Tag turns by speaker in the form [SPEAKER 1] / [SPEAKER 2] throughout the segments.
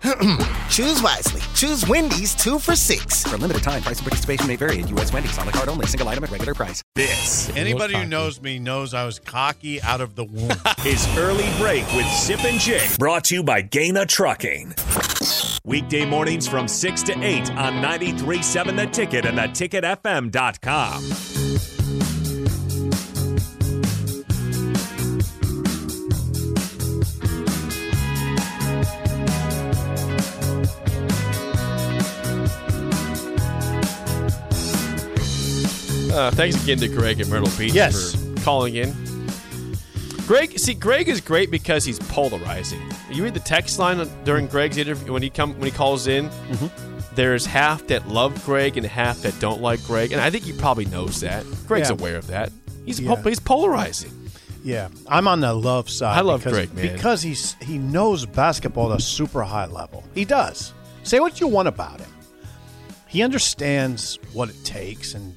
[SPEAKER 1] Choose wisely. Choose Wendy's two for six.
[SPEAKER 2] For a limited time, price and participation may vary at U.S. Wendy's on the card only, single item at regular price.
[SPEAKER 3] This
[SPEAKER 4] Anybody who
[SPEAKER 3] cocky.
[SPEAKER 4] knows me knows I was cocky out of the womb.
[SPEAKER 5] is Early Break with Zip and Jake,
[SPEAKER 6] Brought to you by Gaina Trucking.
[SPEAKER 5] weekday mornings from 6 to 8 on 93.7 The Ticket and theticketfm.com.
[SPEAKER 7] Uh, thanks again to Greg and Myrtle Beach
[SPEAKER 4] Yes.
[SPEAKER 7] for calling in. Greg, see, Greg is great because he's polarizing. You read the text line during Greg's interview when he come when he calls in. There's half that love Greg and half that don't like Greg, and I think he probably knows that. Greg's
[SPEAKER 4] Yeah.
[SPEAKER 7] aware of that. He's
[SPEAKER 4] Yeah.
[SPEAKER 7] po- he's polarizing.
[SPEAKER 4] yeah, I'm on the love side.
[SPEAKER 7] I love
[SPEAKER 4] because,
[SPEAKER 7] Drake, man.
[SPEAKER 4] because he's he knows basketball at a super high level. He does. Say what you want about him. He understands what it takes, and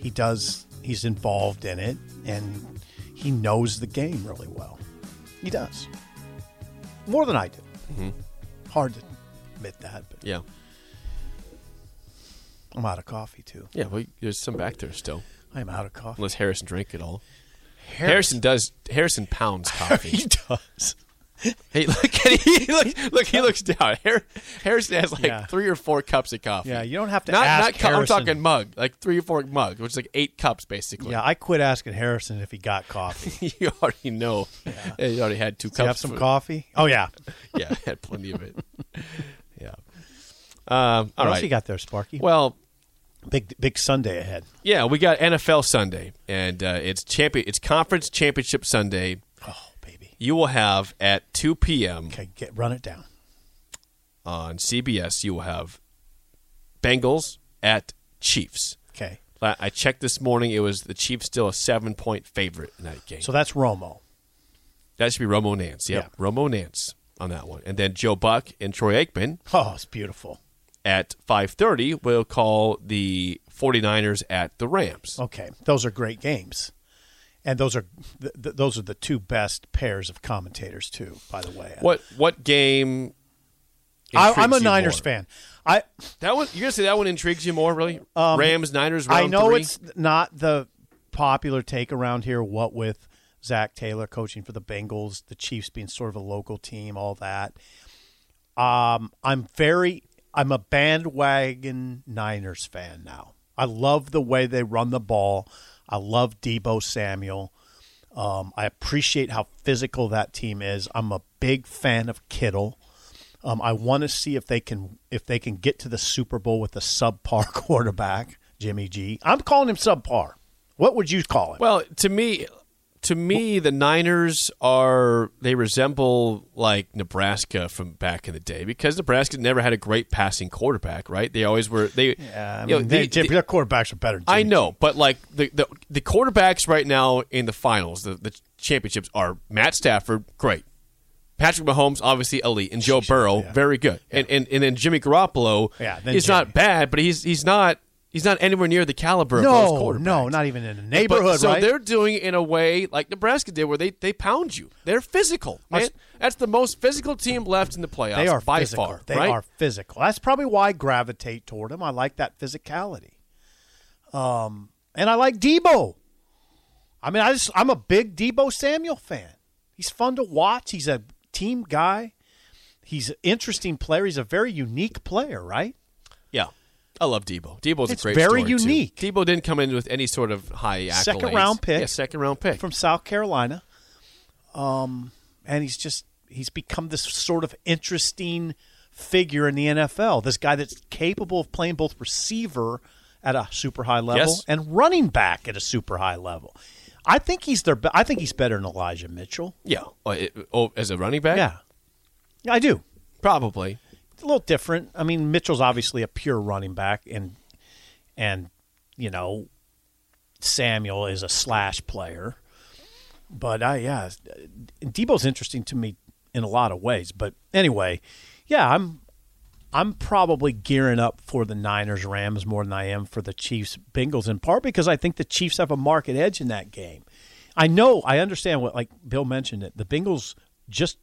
[SPEAKER 4] he does. He's involved in it, and he knows the game really well. He does more than I do.
[SPEAKER 7] Mm-hmm.
[SPEAKER 4] Hard to admit that, but
[SPEAKER 7] Yeah,
[SPEAKER 4] I'm out of coffee too.
[SPEAKER 7] yeah. Well, there's some back there still,
[SPEAKER 4] I'm out of coffee.
[SPEAKER 7] unless Harrison drank it all.
[SPEAKER 4] Harrison-
[SPEAKER 7] Harrison does. Harrison pounds coffee.
[SPEAKER 4] he does.
[SPEAKER 7] hey, look at he look, look he looks down. Har- Harrison has like
[SPEAKER 4] Yeah.
[SPEAKER 7] three or four cups of coffee.
[SPEAKER 4] Yeah, you don't have to
[SPEAKER 7] not,
[SPEAKER 4] ask
[SPEAKER 7] not cu- I'm
[SPEAKER 4] Harrison.
[SPEAKER 7] talking mug, like three or four mug, which is like eight cups basically.
[SPEAKER 4] Yeah, I quit asking Harrison if he got coffee.
[SPEAKER 7] you already know. Yeah, you already had two
[SPEAKER 4] Do
[SPEAKER 7] cups.
[SPEAKER 4] you have some
[SPEAKER 7] for-
[SPEAKER 4] coffee? Oh yeah.
[SPEAKER 7] Yeah, I had plenty of it. yeah. Um, all
[SPEAKER 4] what
[SPEAKER 7] right.
[SPEAKER 4] else you got there, Sparky?
[SPEAKER 7] Well,
[SPEAKER 4] big big Sunday ahead.
[SPEAKER 7] yeah, we got NFL Sunday, and uh, it's champion, it's conference championship Sunday.
[SPEAKER 4] Oh baby.
[SPEAKER 7] You will have at 2 p.m.
[SPEAKER 4] Okay, get run it down.
[SPEAKER 7] on CBS. You will have Bengals at Chiefs.
[SPEAKER 4] Okay,
[SPEAKER 7] La- I checked this morning; it was the Chiefs still a seven-point favorite in that game.
[SPEAKER 4] so that's Romo.
[SPEAKER 7] That should be Romo Nance. Yep.
[SPEAKER 4] Yeah.
[SPEAKER 7] Romo Nance on that one. And then Joe Buck and Troy Aikman
[SPEAKER 4] Oh, it's beautiful.
[SPEAKER 7] at 5:30 will call the 49ers at the Rams.
[SPEAKER 4] Okay, those are great games, and those are th- th- those are the two best pairs of commentators too. By the way,
[SPEAKER 7] What what game
[SPEAKER 4] I, I'm a
[SPEAKER 7] intrigues you
[SPEAKER 4] Niners
[SPEAKER 7] more?
[SPEAKER 4] fan. I
[SPEAKER 7] That one you're going to say that one intrigues you more really? Rams Niners round
[SPEAKER 4] Um, I know
[SPEAKER 7] three?
[SPEAKER 4] it's not the popular take around here. What with Zach Taylor coaching for the Bengals, the Chiefs being sort of a local team, all that. Um, I'm very, I'm a bandwagon Niners fan now. I love the way they run the ball. I love Debo Samuel. Um, I appreciate how physical that team is. I'm a big fan of Kittle. Um, I want to see if they can if they can get to the Super Bowl with a subpar quarterback, Jimmy G. I'm calling him subpar. What would you call him?
[SPEAKER 7] Well, to me to me the Niners are they resemble like Nebraska from back in the day because Nebraska never had a great passing quarterback, right? They always were they
[SPEAKER 4] yeah, I
[SPEAKER 7] you know,
[SPEAKER 4] mean, they-
[SPEAKER 7] the-
[SPEAKER 4] their quarterbacks are better. Than Jimmy
[SPEAKER 7] I know, but like the, the the quarterbacks right now in the finals, the, the championships are Matt Stafford, great. Patrick Mahomes, obviously elite, and Joe Burrow, very good. And, and and then Jimmy Garoppolo,
[SPEAKER 4] Yeah, then
[SPEAKER 7] he's
[SPEAKER 4] Jimmy.
[SPEAKER 7] not bad, but he's he's not he's not anywhere near the caliber
[SPEAKER 4] G.
[SPEAKER 7] of those
[SPEAKER 4] No,
[SPEAKER 7] quarterbacks.
[SPEAKER 4] no, not even in the
[SPEAKER 7] But-
[SPEAKER 4] neighborhood,
[SPEAKER 7] so
[SPEAKER 4] right?
[SPEAKER 7] they're doing it in a way like Nebraska did, where they, they pound you. They're physical.
[SPEAKER 4] I
[SPEAKER 7] Man.
[SPEAKER 4] s-
[SPEAKER 7] That's the most physical team left in the playoffs.
[SPEAKER 4] They are
[SPEAKER 7] by
[SPEAKER 4] physical.
[SPEAKER 7] far.
[SPEAKER 4] They
[SPEAKER 7] right?
[SPEAKER 4] are physical. That's probably why I gravitate toward him. I like that physicality. Um, and I like Debo. I mean, I just I'm a big Debo Samuel fan. He's fun to watch. He's a team guy. He's an interesting player. He's a very unique player, right?
[SPEAKER 7] Yeah. I love Debo. Debo's
[SPEAKER 4] It's
[SPEAKER 7] a great
[SPEAKER 4] very
[SPEAKER 7] story, too.
[SPEAKER 4] unique.
[SPEAKER 7] Debo didn't come in with any sort of high accolades.
[SPEAKER 4] Second round pick.
[SPEAKER 7] Yeah, second round pick.
[SPEAKER 4] From South Carolina. Um, and he's just he's become this sort of interesting figure in the NFL. This guy that's capable of playing both receiver at a super high level
[SPEAKER 7] Yes.
[SPEAKER 4] and running back at a super high level. I think he's their be- I think he's better than Elijah Mitchell.
[SPEAKER 7] yeah. Oh, it- oh, as a running back?
[SPEAKER 4] Yeah. Yeah, I do.
[SPEAKER 7] Probably.
[SPEAKER 4] It's a little different. I mean, Mitchell's obviously a pure running back, and and you know, Samuel is a slash player. But I yeah, Debo's interesting to me in a lot of ways. But anyway, yeah, I'm I'm probably gearing up for the Niners Rams more than I am for the Chiefs Bengals in part because I think the Chiefs have a market edge in that game. I know I understand what like Bill mentioned it. The Bengals just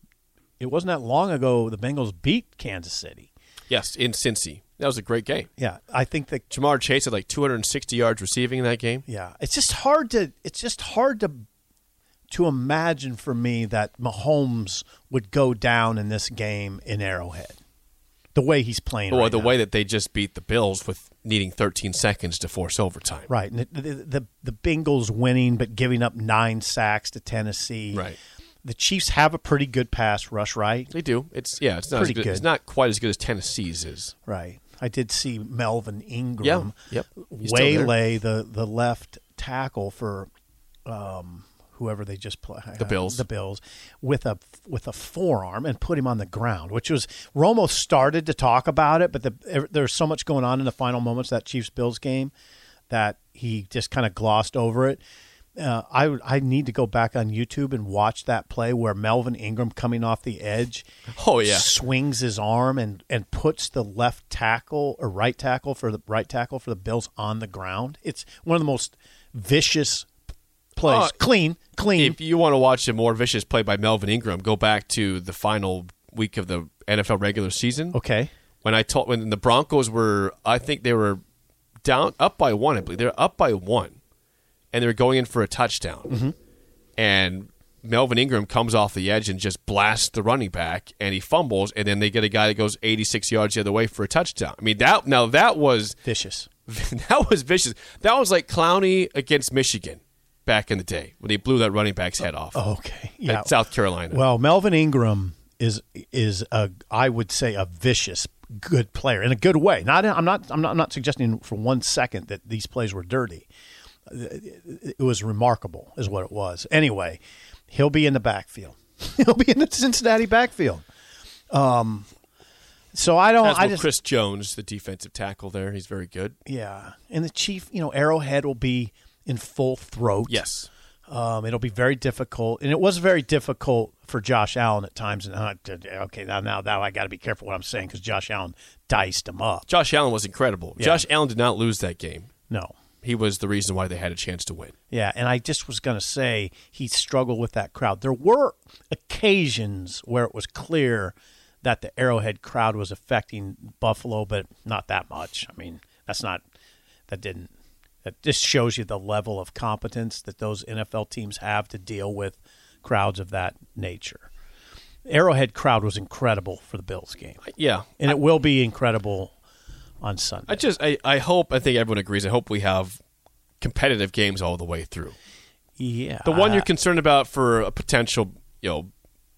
[SPEAKER 4] it wasn't that long ago the Bengals beat Kansas City.
[SPEAKER 7] Yes, in Cincy. That was a great game.
[SPEAKER 4] Yeah, I think that
[SPEAKER 7] Jamar Chase had like 260 yards receiving in that game.
[SPEAKER 4] yeah, it's just hard to it's just hard to to imagine for me that Mahomes would go down in this game in Arrowhead. The way he's playing
[SPEAKER 7] Or
[SPEAKER 4] right
[SPEAKER 7] the
[SPEAKER 4] now.
[SPEAKER 7] way that they just beat the Bills with needing 13 seconds to force overtime.
[SPEAKER 4] Right. And the, the, the, the Bengals winning, but giving up nine sacks to Tennessee.
[SPEAKER 7] Right.
[SPEAKER 4] The Chiefs have a pretty good pass rush, right?
[SPEAKER 7] They do. It's yeah. It's not
[SPEAKER 4] Pretty
[SPEAKER 7] as good,
[SPEAKER 4] good.
[SPEAKER 7] It's not quite as good as Tennessee's is.
[SPEAKER 4] Right. I did see Melvin Ingram
[SPEAKER 7] Yeah, yep. He's still there.
[SPEAKER 4] waylay the, the left tackle for um, whoever they just play
[SPEAKER 7] The Bills.
[SPEAKER 4] the Bills with a with a forearm and put him on the ground, which was Romo started to talk about it, but the, er, there's so much going on in the final moments of that Chiefs Bills game that he just kind of glossed over it. Uh, I I need to go back on YouTube and watch that play where Melvin Ingram coming off the edge
[SPEAKER 7] Oh yeah.
[SPEAKER 4] swings his arm and and puts the left tackle or right tackle for the right tackle for the Bills on the ground. It's one of the most vicious plays.
[SPEAKER 7] Oh,
[SPEAKER 4] clean, clean.
[SPEAKER 7] If you want to watch a more vicious play by Melvin Ingram, go back to the final week of the NFL regular season.
[SPEAKER 4] okay.
[SPEAKER 7] When I told when the Broncos were, I think they were down up by one. I believe they're up by one, and they're going in for a touchdown.
[SPEAKER 4] Mm-hmm.
[SPEAKER 7] And Melvin Ingram comes off the edge and just blasts the running back, and he fumbles, and then they get a guy that goes 86 yards the other way for a touchdown. I mean that now that was
[SPEAKER 4] Vicious.
[SPEAKER 7] that was vicious. That was like Clowney against Michigan back in the day when he blew that running back's head off.
[SPEAKER 4] Oh. Okay.
[SPEAKER 7] at South Carolina.
[SPEAKER 4] Well, Melvin Ingram is is a I would say a vicious good player in a good way. Not I'm not I'm not I'm not suggesting for one second that these plays were dirty. It was remarkable, is what it was. Anyway, he'll be in the backfield. he'll be in the Cincinnati backfield. Um, so I don't.
[SPEAKER 7] As
[SPEAKER 4] Oh, I
[SPEAKER 7] will
[SPEAKER 4] just
[SPEAKER 7] Chris Jones, the defensive tackle there, he's very good.
[SPEAKER 4] yeah. And the chief, you know, Arrowhead will be in full throat.
[SPEAKER 7] Yes.
[SPEAKER 4] Um, it'll be very difficult, and it was very difficult for Josh Allen at times. And uh, d- d- okay, now now, now I got to be careful what I'm saying because Josh Allen diced him up.
[SPEAKER 7] Josh Allen was incredible. Josh Allen did not lose that game.
[SPEAKER 4] No,
[SPEAKER 7] He was the reason why they had a chance to win.
[SPEAKER 4] yeah, and I just was going to say he struggled with that crowd. There were occasions where it was clear that the Arrowhead crowd was affecting Buffalo, but not that much. I mean, that's not that didn't that just shows you the level of competence that those NFL teams have to deal with crowds of that nature. Arrowhead crowd was incredible for the Bills game,
[SPEAKER 7] Yeah.
[SPEAKER 4] and it will be incredible on Sunday.
[SPEAKER 7] I just I, I hope I think everyone agrees. I hope we have competitive games all the way through.
[SPEAKER 4] yeah,
[SPEAKER 7] The one you're concerned about for a potential, you know,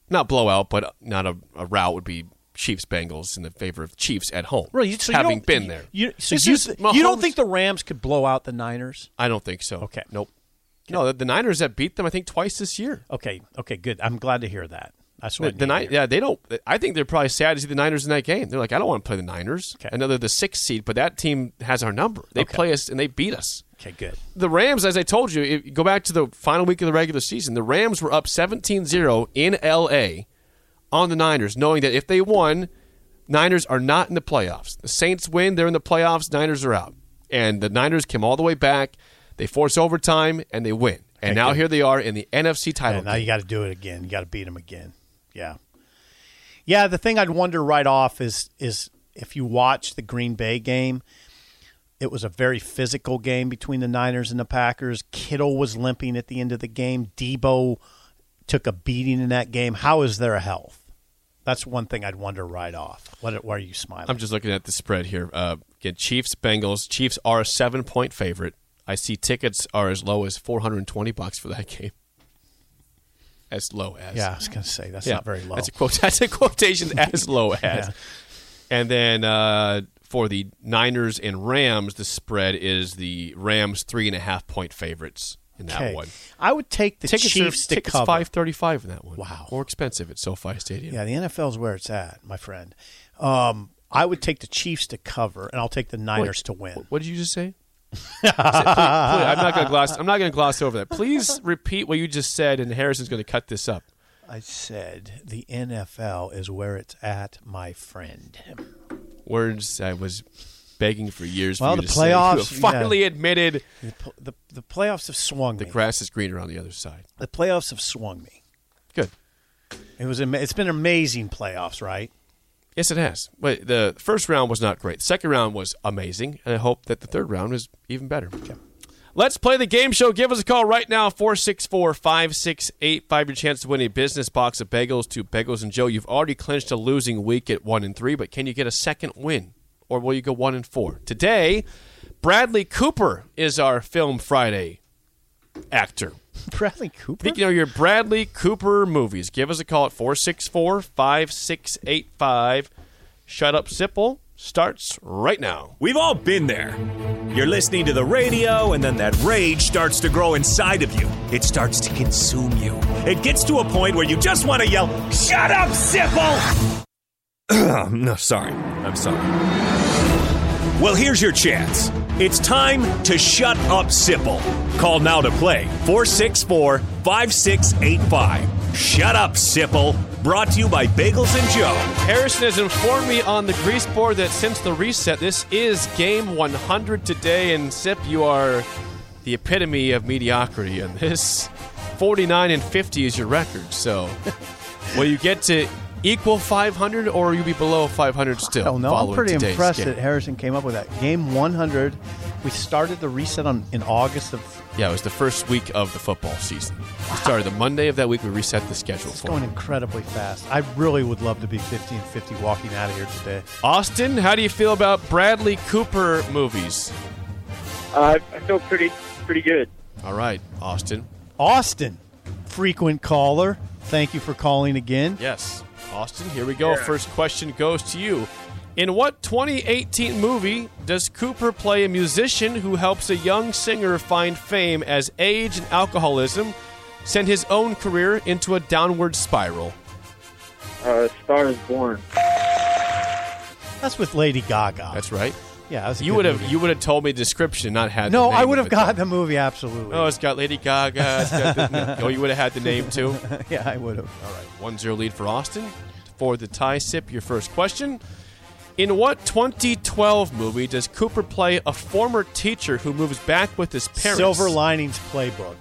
[SPEAKER 7] not blowout, but not a, a rout would be Chiefs Bengals in the favor of Chiefs at home.
[SPEAKER 4] Well, you- so you
[SPEAKER 7] having
[SPEAKER 4] don't-
[SPEAKER 7] been there,
[SPEAKER 4] You, so
[SPEAKER 7] This
[SPEAKER 4] you,
[SPEAKER 7] is
[SPEAKER 4] th- you don't
[SPEAKER 7] Mahomes-
[SPEAKER 4] think the Rams could blow out the Niners?
[SPEAKER 7] I don't think so.
[SPEAKER 4] Okay.
[SPEAKER 7] Nope. No, the, the Niners that beat them, I think, twice this year.
[SPEAKER 4] Okay, okay, good. I'm glad to hear that. That's
[SPEAKER 7] The,
[SPEAKER 4] what
[SPEAKER 7] the
[SPEAKER 4] I
[SPEAKER 7] Ni-
[SPEAKER 4] need to hear.
[SPEAKER 7] yeah, they don't. I think they're probably sad to see the Niners in that game. They're like, I don't want to play the Niners.
[SPEAKER 4] Okay.
[SPEAKER 7] I know they're the sixth seed, but that team has our number. They
[SPEAKER 4] Okay.
[SPEAKER 7] play us and they beat us.
[SPEAKER 4] Okay, good.
[SPEAKER 7] The Rams, as I told you, if you go back to the final week of the regular season, the Rams were up 17-0 in L.A. on the Niners, knowing that if they won, Niners are not in the playoffs. The Saints win, they're in the playoffs, Niners are out. And the Niners came all the way back. They force overtime and they win. And now here they are in the NFC title.
[SPEAKER 4] And now
[SPEAKER 7] game.
[SPEAKER 4] you got to do it again. You got to beat them again. Yeah, yeah. The thing I'd wonder right off is is if you watch the Green Bay game. It was a very physical game between the Niners and the Packers. Kittle was limping at the end of the game. Debo took a beating in that game. How is their health? That's one thing I'd wonder right off. What? Why are you smiling?
[SPEAKER 7] I'm just looking at the spread here. Uh, again, Chiefs, Bengals. Chiefs are a seven point favorite. I see tickets are as low as 420 bucks for that game. As low as.
[SPEAKER 4] yeah, I was gonna say that's
[SPEAKER 7] Yeah.
[SPEAKER 4] not very low.
[SPEAKER 7] That's a quote. That's a quotation as low as. And then uh, for the Niners and Rams, the spread is the Rams three and a half point favorites in that
[SPEAKER 4] Okay.
[SPEAKER 7] one.
[SPEAKER 4] I would take the
[SPEAKER 7] Tickets
[SPEAKER 4] Chiefs
[SPEAKER 7] are
[SPEAKER 4] to
[SPEAKER 7] tickets
[SPEAKER 4] cover.
[SPEAKER 7] five thirty five in that one.
[SPEAKER 4] Wow.
[SPEAKER 7] more expensive at SoFi Stadium.
[SPEAKER 4] Yeah, the NFL's where it's at, my friend. Um, I would take the Chiefs to cover, and I'll take the Niners to win.
[SPEAKER 7] What did you just say? I said, "Please- please," I'm not going to gloss. I'm not going to gloss over that. Please repeat what you just said, and Harrison's going to cut this up.
[SPEAKER 4] I said the NFL is where it's at, my friend.
[SPEAKER 7] Words I was begging for years.
[SPEAKER 4] Well,
[SPEAKER 7] for
[SPEAKER 4] the
[SPEAKER 7] you to say. You have
[SPEAKER 4] playoffs,
[SPEAKER 7] finally
[SPEAKER 4] yeah.
[SPEAKER 7] admitted
[SPEAKER 4] The, pl- the, the playoffs have swung
[SPEAKER 7] the
[SPEAKER 4] me.
[SPEAKER 7] grass is greener on the other side.
[SPEAKER 4] the playoffs have swung me.
[SPEAKER 7] Good.
[SPEAKER 4] It was ama- it's been amazing playoffs, right?
[SPEAKER 7] Yes, it has. Wait, the first round was not great. The second round was amazing, and I hope that the third round is even better. Let's play the game show. Give us a call right now, 464 5685. Your chance to win a business box of bagels to Bagels and Joe. You've already clinched a losing week at 1 and 3, but can you get a second win? Or will you go 1 and 4? Today, Bradley Cooper is our Film Friday actor.
[SPEAKER 4] Bradley Cooper.
[SPEAKER 7] Speaking of your Bradley Cooper movies, give us a call at 464 5685. Shut Up Sipple starts right now.
[SPEAKER 5] We've all been there. You're listening to the radio, and then that rage starts to grow inside of you. It starts to consume you. It gets to a point where you just want to yell, Shut up, Sipple! no, sorry. I'm sorry. Well, here's your chance. It's time to shut up, Sipple. Call now to play 464 5685. Shut up, Sipple. Brought to you by Bagels and Joe.
[SPEAKER 7] Harrison has informed me on the grease board that since the reset, this is game 100 today. And Sip, you are the epitome of mediocrity. And this 49 and 50 is your record. So will you get to equal 500 or will you be below 500 still?
[SPEAKER 4] Oh no, I'm
[SPEAKER 7] following
[SPEAKER 4] pretty
[SPEAKER 7] today's
[SPEAKER 4] impressed
[SPEAKER 7] game?
[SPEAKER 4] that Harrison came up with that game 100. We started the reset on in August of
[SPEAKER 7] Yeah, it was the first week of the football season. We started the Monday of that week. We reset the schedule
[SPEAKER 4] It's
[SPEAKER 7] for
[SPEAKER 4] going
[SPEAKER 7] it.
[SPEAKER 4] incredibly fast. I really would love to be 50 and 50 walking out of here today.
[SPEAKER 7] Austin, how do you feel about Bradley Cooper movies?
[SPEAKER 3] Uh, I feel pretty pretty good.
[SPEAKER 7] All right, Austin.
[SPEAKER 4] Austin, frequent caller. Thank you for calling again.
[SPEAKER 7] Yes, Austin. Here we go. First question goes to you. In what 2018 movie does Cooper play a musician who helps a young singer find fame as age and alcoholism send his own career into a downward spiral?
[SPEAKER 3] Uh, Star is Born.
[SPEAKER 4] That's with Lady Gaga.
[SPEAKER 7] That's right.
[SPEAKER 4] yeah. that was a
[SPEAKER 7] You
[SPEAKER 4] good
[SPEAKER 7] would have
[SPEAKER 4] movie.
[SPEAKER 7] you would have told me the description, not had. the
[SPEAKER 4] no,
[SPEAKER 7] name
[SPEAKER 4] I would
[SPEAKER 7] of
[SPEAKER 4] have
[SPEAKER 7] it, though.
[SPEAKER 4] got the movie absolutely.
[SPEAKER 7] Oh, it's got Lady Gaga. It's got the, no. Oh, you would have had the name too.
[SPEAKER 4] yeah, I would have.
[SPEAKER 7] All right, 1 0 lead for Austin. For the tie sip, your first question. In what 2012 movie does Cooper play a former teacher who moves back with his parents?
[SPEAKER 4] Silver Linings Playbook.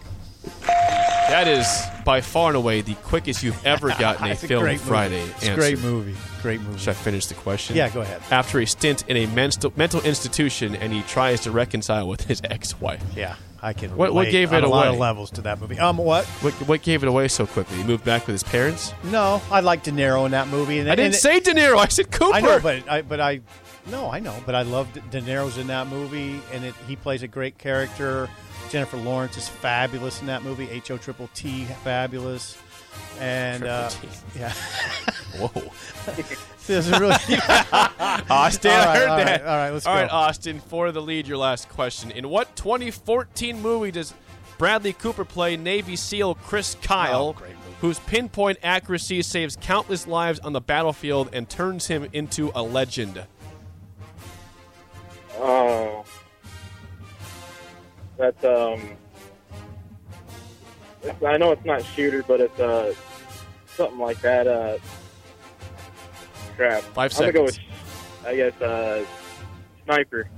[SPEAKER 7] That is by far and away the quickest you've ever gotten a
[SPEAKER 4] It's
[SPEAKER 7] Film
[SPEAKER 4] great movie.
[SPEAKER 7] Friday
[SPEAKER 4] It's
[SPEAKER 7] answer.
[SPEAKER 4] a great movie. Great movie.
[SPEAKER 7] Should I finish the question?
[SPEAKER 4] Yeah, go ahead.
[SPEAKER 7] After a stint in a mental, mental institution, and he tries to reconcile with his ex-wife.
[SPEAKER 4] Yeah, I can.
[SPEAKER 7] What- what
[SPEAKER 4] relate
[SPEAKER 7] gave
[SPEAKER 4] on
[SPEAKER 7] it
[SPEAKER 4] a lot of
[SPEAKER 7] away?
[SPEAKER 4] levels to that movie. Um, what?
[SPEAKER 7] What, what gave it away so quickly? He moved back with his parents.
[SPEAKER 4] No, I like De Niro in that movie. And,
[SPEAKER 7] I
[SPEAKER 4] and-
[SPEAKER 7] didn't say De Niro. I said Cooper.
[SPEAKER 4] I know, but I but I no, I know, but I loved De Niro's in that movie, and it, he plays a great character. Jennifer Lawrence is fabulous in that movie. H O triple T fabulous, and uh,
[SPEAKER 7] Triple
[SPEAKER 4] yeah,
[SPEAKER 7] Whoa.
[SPEAKER 4] this is really
[SPEAKER 7] Austin,
[SPEAKER 4] All
[SPEAKER 7] Oh, I
[SPEAKER 4] right,
[SPEAKER 7] heard
[SPEAKER 4] all
[SPEAKER 7] that.
[SPEAKER 4] right, all right, let's
[SPEAKER 7] All
[SPEAKER 4] go.
[SPEAKER 7] right, uh, Austin, for the lead, your last question. In what 2014 movie does Bradley Cooper play Navy SEAL Chris Kyle,
[SPEAKER 4] Oh, great movie.
[SPEAKER 7] whose pinpoint accuracy saves countless lives on the battlefield and turns him into a legend?
[SPEAKER 3] Oh, that's um. It's, I know it's not shooter, but it's uh something like that. Uh, crap.
[SPEAKER 7] 5
[SPEAKER 3] I'm gonna go with,
[SPEAKER 7] seconds.
[SPEAKER 3] I guess, uh, sniper.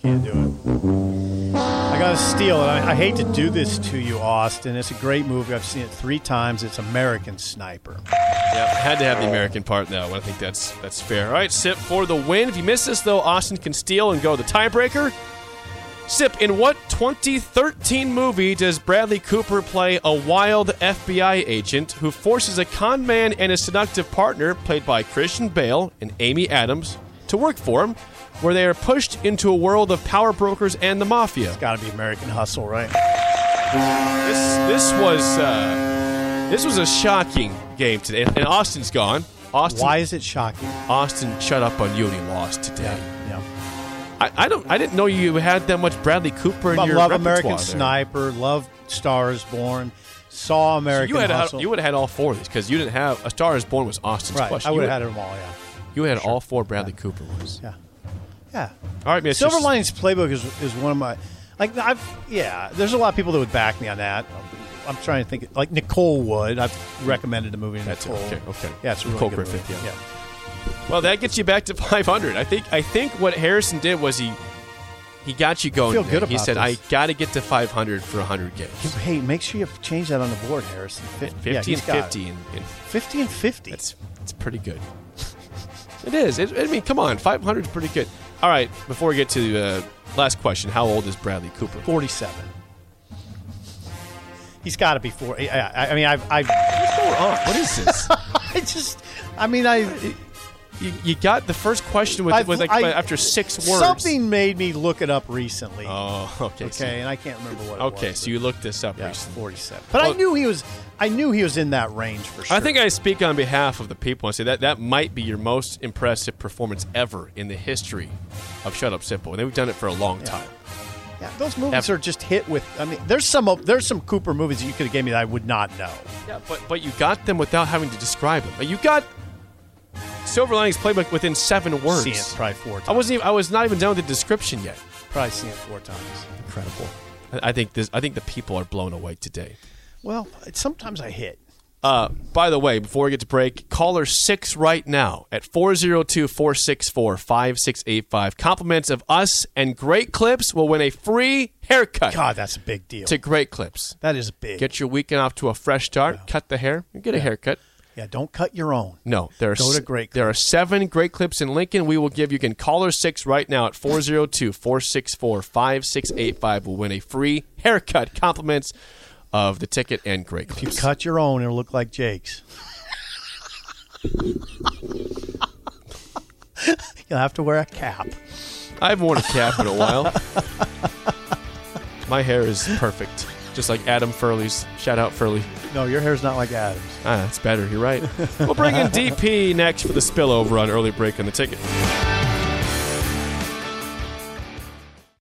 [SPEAKER 4] can't do it. I gotta steal it. I, I hate to do this to you, Austin. It's a great movie. I've seen it three times. It's American Sniper.
[SPEAKER 7] Yep, had to have the American part in that one. I think that's that's fair. All right, Sip for the win. If you miss this, though, Austin can steal and go the tiebreaker. Sip, in what 2013 movie does Bradley Cooper play a wild FBI agent who forces a con man and his seductive partner, played by Christian Bale and Amy Adams, to work for him, where they are pushed into a world of power brokers and the mafia?
[SPEAKER 4] Gotta be American Hustle, right?
[SPEAKER 7] This this was uh, this was a shocking game today, and Austin's gone. Austin,
[SPEAKER 4] Why is it shocking?
[SPEAKER 7] Austin shut up on you and he lost today.
[SPEAKER 4] Yeah.
[SPEAKER 7] I, I don't I didn't know you had that much Bradley Cooper in
[SPEAKER 4] I
[SPEAKER 7] your
[SPEAKER 4] love
[SPEAKER 7] repertoire
[SPEAKER 4] American
[SPEAKER 7] there.
[SPEAKER 4] Sniper. Love Stars Born. Saw American
[SPEAKER 7] You had
[SPEAKER 4] Hustle.
[SPEAKER 7] you would have had all four of these because you didn't have a Star is Born was Austin's
[SPEAKER 4] right.
[SPEAKER 7] question.
[SPEAKER 4] I
[SPEAKER 7] You
[SPEAKER 4] would have had them all. Yeah.
[SPEAKER 7] You had all four Bradley Cooper ones.
[SPEAKER 4] Yeah. Yeah.
[SPEAKER 7] All right, Mitch.
[SPEAKER 4] Silver
[SPEAKER 7] just-
[SPEAKER 4] Linings Playbook is, is one of my like I've yeah. There's a lot of people that would back me on that. I'm trying to think like Nicole would. I've recommended the movie. to
[SPEAKER 7] That's it.
[SPEAKER 4] Nicole.
[SPEAKER 7] Okay, okay.
[SPEAKER 4] Yeah, it's a really
[SPEAKER 7] Nicole
[SPEAKER 4] good movie.
[SPEAKER 7] Griffith, yeah. Well, that gets you back to 500. I think. I think what Harrison did was he he got you going.
[SPEAKER 4] feel good
[SPEAKER 7] He
[SPEAKER 4] about
[SPEAKER 7] said,
[SPEAKER 4] this.
[SPEAKER 7] "I got to get to 500 for 100
[SPEAKER 4] yeah.
[SPEAKER 7] games."
[SPEAKER 4] Hey, make sure you change that on the board, Harrison. Fif-
[SPEAKER 7] 50
[SPEAKER 4] yeah,
[SPEAKER 7] and
[SPEAKER 4] he's got it.
[SPEAKER 7] 50, and, and
[SPEAKER 4] 50 and 50.
[SPEAKER 7] that's it's pretty good. it is. It, I mean, come on, 500 is pretty good. All right. Before we get to the uh, last question, how old is Bradley Cooper?
[SPEAKER 4] 47. He's got to be 40. Yeah, I, I mean, I've, I've
[SPEAKER 7] What is this?
[SPEAKER 4] I just, I mean, I,
[SPEAKER 7] you, you got the first question with,
[SPEAKER 4] I've-
[SPEAKER 7] with like,
[SPEAKER 4] I-
[SPEAKER 7] after six words.
[SPEAKER 4] something made me look it up recently.
[SPEAKER 7] Oh, okay. so-
[SPEAKER 4] okay, and I can't remember what. it
[SPEAKER 7] okay,
[SPEAKER 4] was,
[SPEAKER 7] so you looked this up
[SPEAKER 4] but- yeah,
[SPEAKER 7] recently.
[SPEAKER 4] 47. But
[SPEAKER 7] Well-
[SPEAKER 4] I knew he was, I knew he was in that range for sure.
[SPEAKER 7] I think I speak on behalf of the people and say that that might be your most impressive performance ever in the history of Shut Up Simple, and they've done it for a long time.
[SPEAKER 4] Yeah, those movies
[SPEAKER 7] Ever.
[SPEAKER 4] are just hit with. I mean, there's some of- there's some Cooper movies that you could have gave me that I would not know.
[SPEAKER 7] Yeah, but but you got them without having to describe them. But You got Silver Linings Playbook within seven words.
[SPEAKER 4] Seen it probably four times.
[SPEAKER 7] I wasn't. Even, I was not even done with the description yet.
[SPEAKER 4] probably seen it four times.
[SPEAKER 7] Incredible. I I think this. I think the people are blown away today.
[SPEAKER 4] Well, it's, sometimes I hit.
[SPEAKER 7] Uh, by the way, before we get to break, caller six right now at 402 464 5685. Compliments of us and Great Clips will win a free haircut
[SPEAKER 4] God, that's a big deal.
[SPEAKER 7] to Great Clips.
[SPEAKER 4] that is big.
[SPEAKER 7] Get your weekend off to a fresh start. Cut the hair. You get a haircut.
[SPEAKER 4] yeah, don't cut your own.
[SPEAKER 7] No, there are
[SPEAKER 4] Go to
[SPEAKER 7] s-
[SPEAKER 4] Great
[SPEAKER 7] There are seven Great Clips in Lincoln. We will give you can caller six right now at 402 464 5685. will win a free haircut. Compliments of the ticket and Great Clips.
[SPEAKER 4] You cut your own, it'll look like Jake's. You'll have to wear a cap.
[SPEAKER 7] I haven't worn a cap in a while. My hair is perfect, just like Adam Furley's. Shout out Furley.
[SPEAKER 4] No, your hair's not like Adam's.
[SPEAKER 7] Ah, that's better. You're right. We'll bring in DP next for the spillover on early break on the ticket.